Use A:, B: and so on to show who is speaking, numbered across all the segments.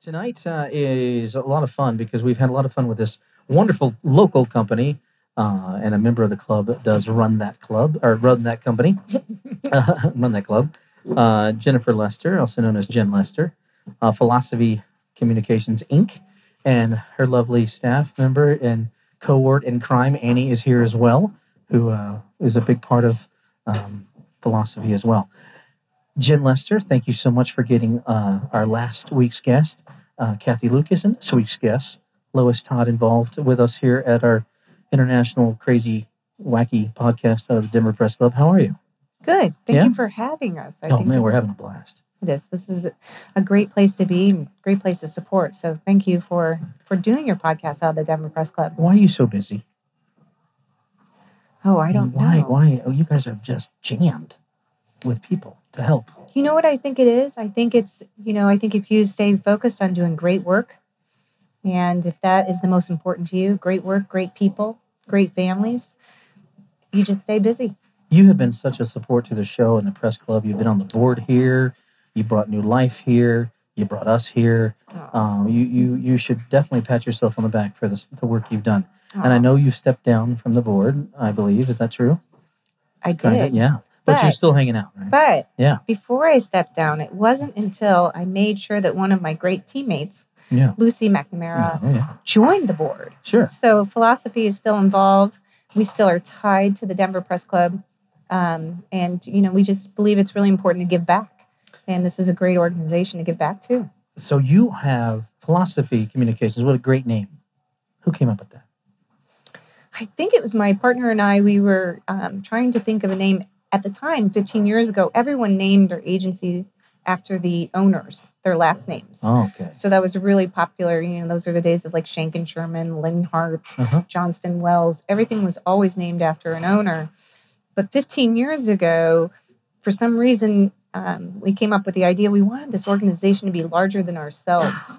A: Tonight uh, is a lot of fun because we've had a lot of fun with this wonderful local company, uh, and a member of the club does run that club or run that company, uh, run that club. Uh, Jennifer Lester, also known as Jen Lester, uh, Philosophy Communications Inc., and her lovely staff member and cohort in crime, Annie, is here as well, who uh, is a big part of um, philosophy as well. Jen Lester, thank you so much for getting uh, our last week's guest, uh, Kathy Lucas, and this week's guest, Lois Todd, involved with us here at our international crazy wacky podcast out of the Denver Press Club. How are you?
B: Good. Thank
A: Yeah.
B: you for having us. I
A: oh
B: think
A: man, we're having a blast.
B: this this is a great place to be and great place to support. So thank you for for doing your podcast out of the Denver Press Club.
A: Why are you so busy?
B: Oh, I don't
A: why,
B: know.
A: Why? Oh, you guys are just jammed with people to help.
B: You know what I think it is? I think it's you know I think if you stay focused on doing great work, and if that is the most important to you, great work, great people, great families, you just stay busy.
A: You have been such a support to the show and the press club. You've been on the board here. You brought new life here. You brought us here.
B: Aw,
A: Um, you, you, you should definitely pat yourself on the back for this, the work you've done. And I
B: aw,
A: know you've stepped down from the board, I believe. Is that true?
B: I
A: Kinda,
B: did.
A: yeah. But, you're
B: But-
A: still hanging out, right?
B: But
A: Yeah.
B: before I stepped down, it wasn't until I made sure that one of my great teammates,
A: yeah.
B: Lucy McNamara,
A: Oh, yeah.
B: joined the board.
A: Sure.
B: So philosophy is still involved. We still are tied to the Denver Press Club, um, and you know we just believe it's really important to give back. And this is a great organization to give back to.
A: So you have philosophy communications. What a great name. Who came up with that?
B: I think it was my partner and I. We were um, trying to think of a name at the time, 15 years ago. Everyone named their agency after the owners, their last names.
A: Oh, okay.
B: So that was really popular. You know, those are the days of like Shank and Sherman, Lynn Hart,
A: Uh-huh.
B: Johnston Wells. Everything was always named after an owner. But 15 years ago, for some reason, um, we came up with the idea we wanted this organization to be larger than ourselves.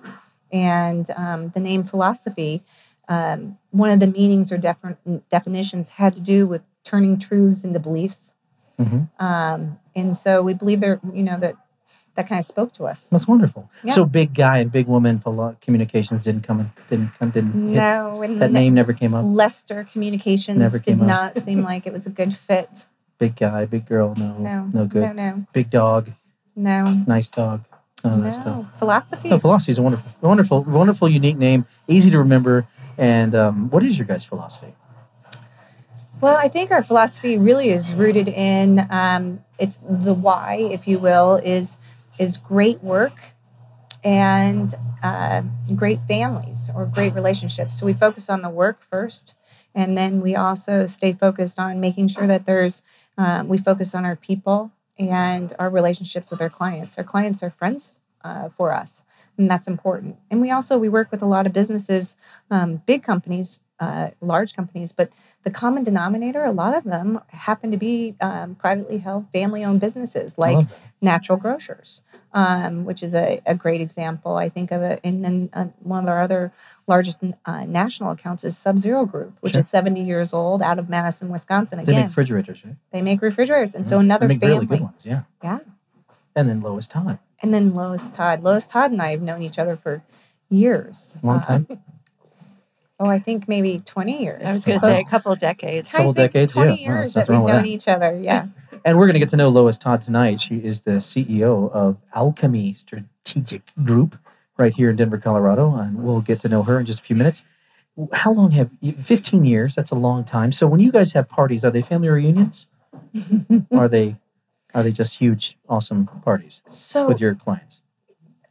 B: And um, the name philosophy, um, one of the meanings or defi- definitions had to do with turning truths into beliefs.
A: hmm
B: Um, and so we believe there, you know, that that kind of spoke to us.
A: That's wonderful.
B: Yeah.
A: So big guy and big woman philo- communications didn't come in, didn't come, didn't hit.
B: No, and
A: That
B: the-
A: name never came up.
B: Lester Communications
A: Never
B: did
A: came up.
B: not seem like it was a good fit.
A: Big guy, big girl. No,
B: No,
A: no good.
B: No, no,
A: Big dog,
B: no.
A: nice dog. None of that stuff.
B: No. Philosophy.
A: No, philosophy is a wonderful, wonderful, wonderful, unique name. Easy to remember. And um, what is your guys' philosophy?
B: Well, I think our philosophy really is rooted in um, it's the why, if you will, is is great work and uh, great families or great relationships. So we focus on the work first, and then we also stay focused on making sure that there's um, we focus on our people and our relationships with our clients. Our clients are friends uh, for us, and that's important. And we also we work with a lot of businesses, um, big companies, uh, large companies, but the common denominator, a lot of them happen to be um, privately held, family owned businesses
A: I
B: like
A: love that.
B: Natural Grocers, um, which is a, a great example, I think, of it. And then uh, one of our other largest uh, national accounts is Sub Zero Group, which
A: Sure.
B: is 70 years old out of Madison, Wisconsin.
A: they
B: Again,
A: make refrigerators, right?
B: they make refrigerators. And so
A: They
B: another
A: make
B: family.
A: really good ones, yeah.
B: Yeah.
A: And then Lois Todd.
B: And then Lois Todd. Lois Todd and I have known each other for years.
A: Long time.
B: Um, oh, I think maybe 20 years.
C: I was going to
B: Close-
C: say a couple decades.
B: I think
A: Couple decades, yeah.
B: 20
A: Wow,
B: years
A: there's nothing
B: that we've
A: wrong with
B: known
A: that.
B: each other. Yeah.
A: And we're going to get to know Lois Todd tonight. She is the CEO of Alchemy Strategic Group right here in Denver, Colorado. And we'll get to know her in just a few minutes. How long have you, 15 years? That's a long time. So when you guys have parties, are they family reunions? Are they are they just huge, awesome parties
B: so
A: with your clients?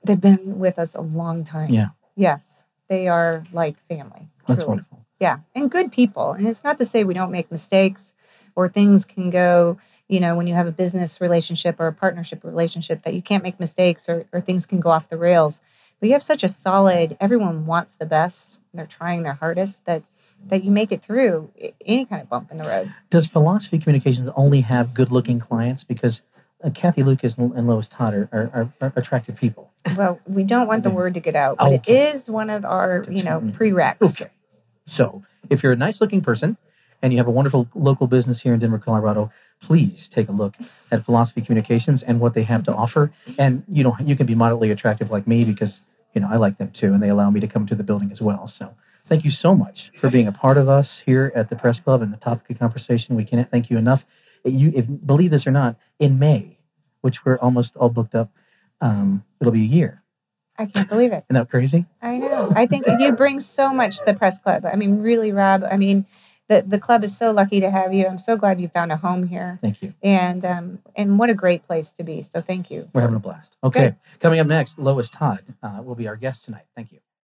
B: They've been with us a long time.
A: Yeah.
B: Yes, they are like family.
A: That's
B: truly.
A: wonderful.
B: Yeah, and good people. And it's not to say we don't make mistakes or things can go, you know, when you have a business relationship or a partnership relationship that you can't make mistakes or, or things can go off the rails. But you have such a solid, everyone wants the best. and They're trying their hardest that that you make it through i- any kind of bump in the road.
A: Does Philosophy Communications only have good-looking clients? Because uh, Kathy Lucas and, and Lois Todd are, are, are, are attractive people.
B: Well, we don't want the word to get out, but
A: Okay.
B: it is one of our, you know,
A: That's-
B: prereqs.
A: Okay. So, if you're a nice looking person and you have a wonderful local business here in Denver, Colorado, please take a look at Philosophy Communications and what they have to offer. And you know, you can be moderately attractive like me because you know, I like them too, and they allow me to come to the building as well. So thank you so much for being a part of us here at the Press Club and the topic of conversation. We can't thank you enough. You, if, believe this or not, in May, which we're almost all booked up, um, it'll be a year.
B: I can't believe it.
A: Isn't that crazy?
B: I know. I think you bring so much to the press club. I mean, really, Rob. I mean, the the club is so lucky to have you. I'm so glad you found a home here,
A: Thank you.
B: and um, and what a great place to be. So thank you.
A: We're having a blast. Okay. Coming up next, Lois Todd uh, will be our guest tonight. Thank you.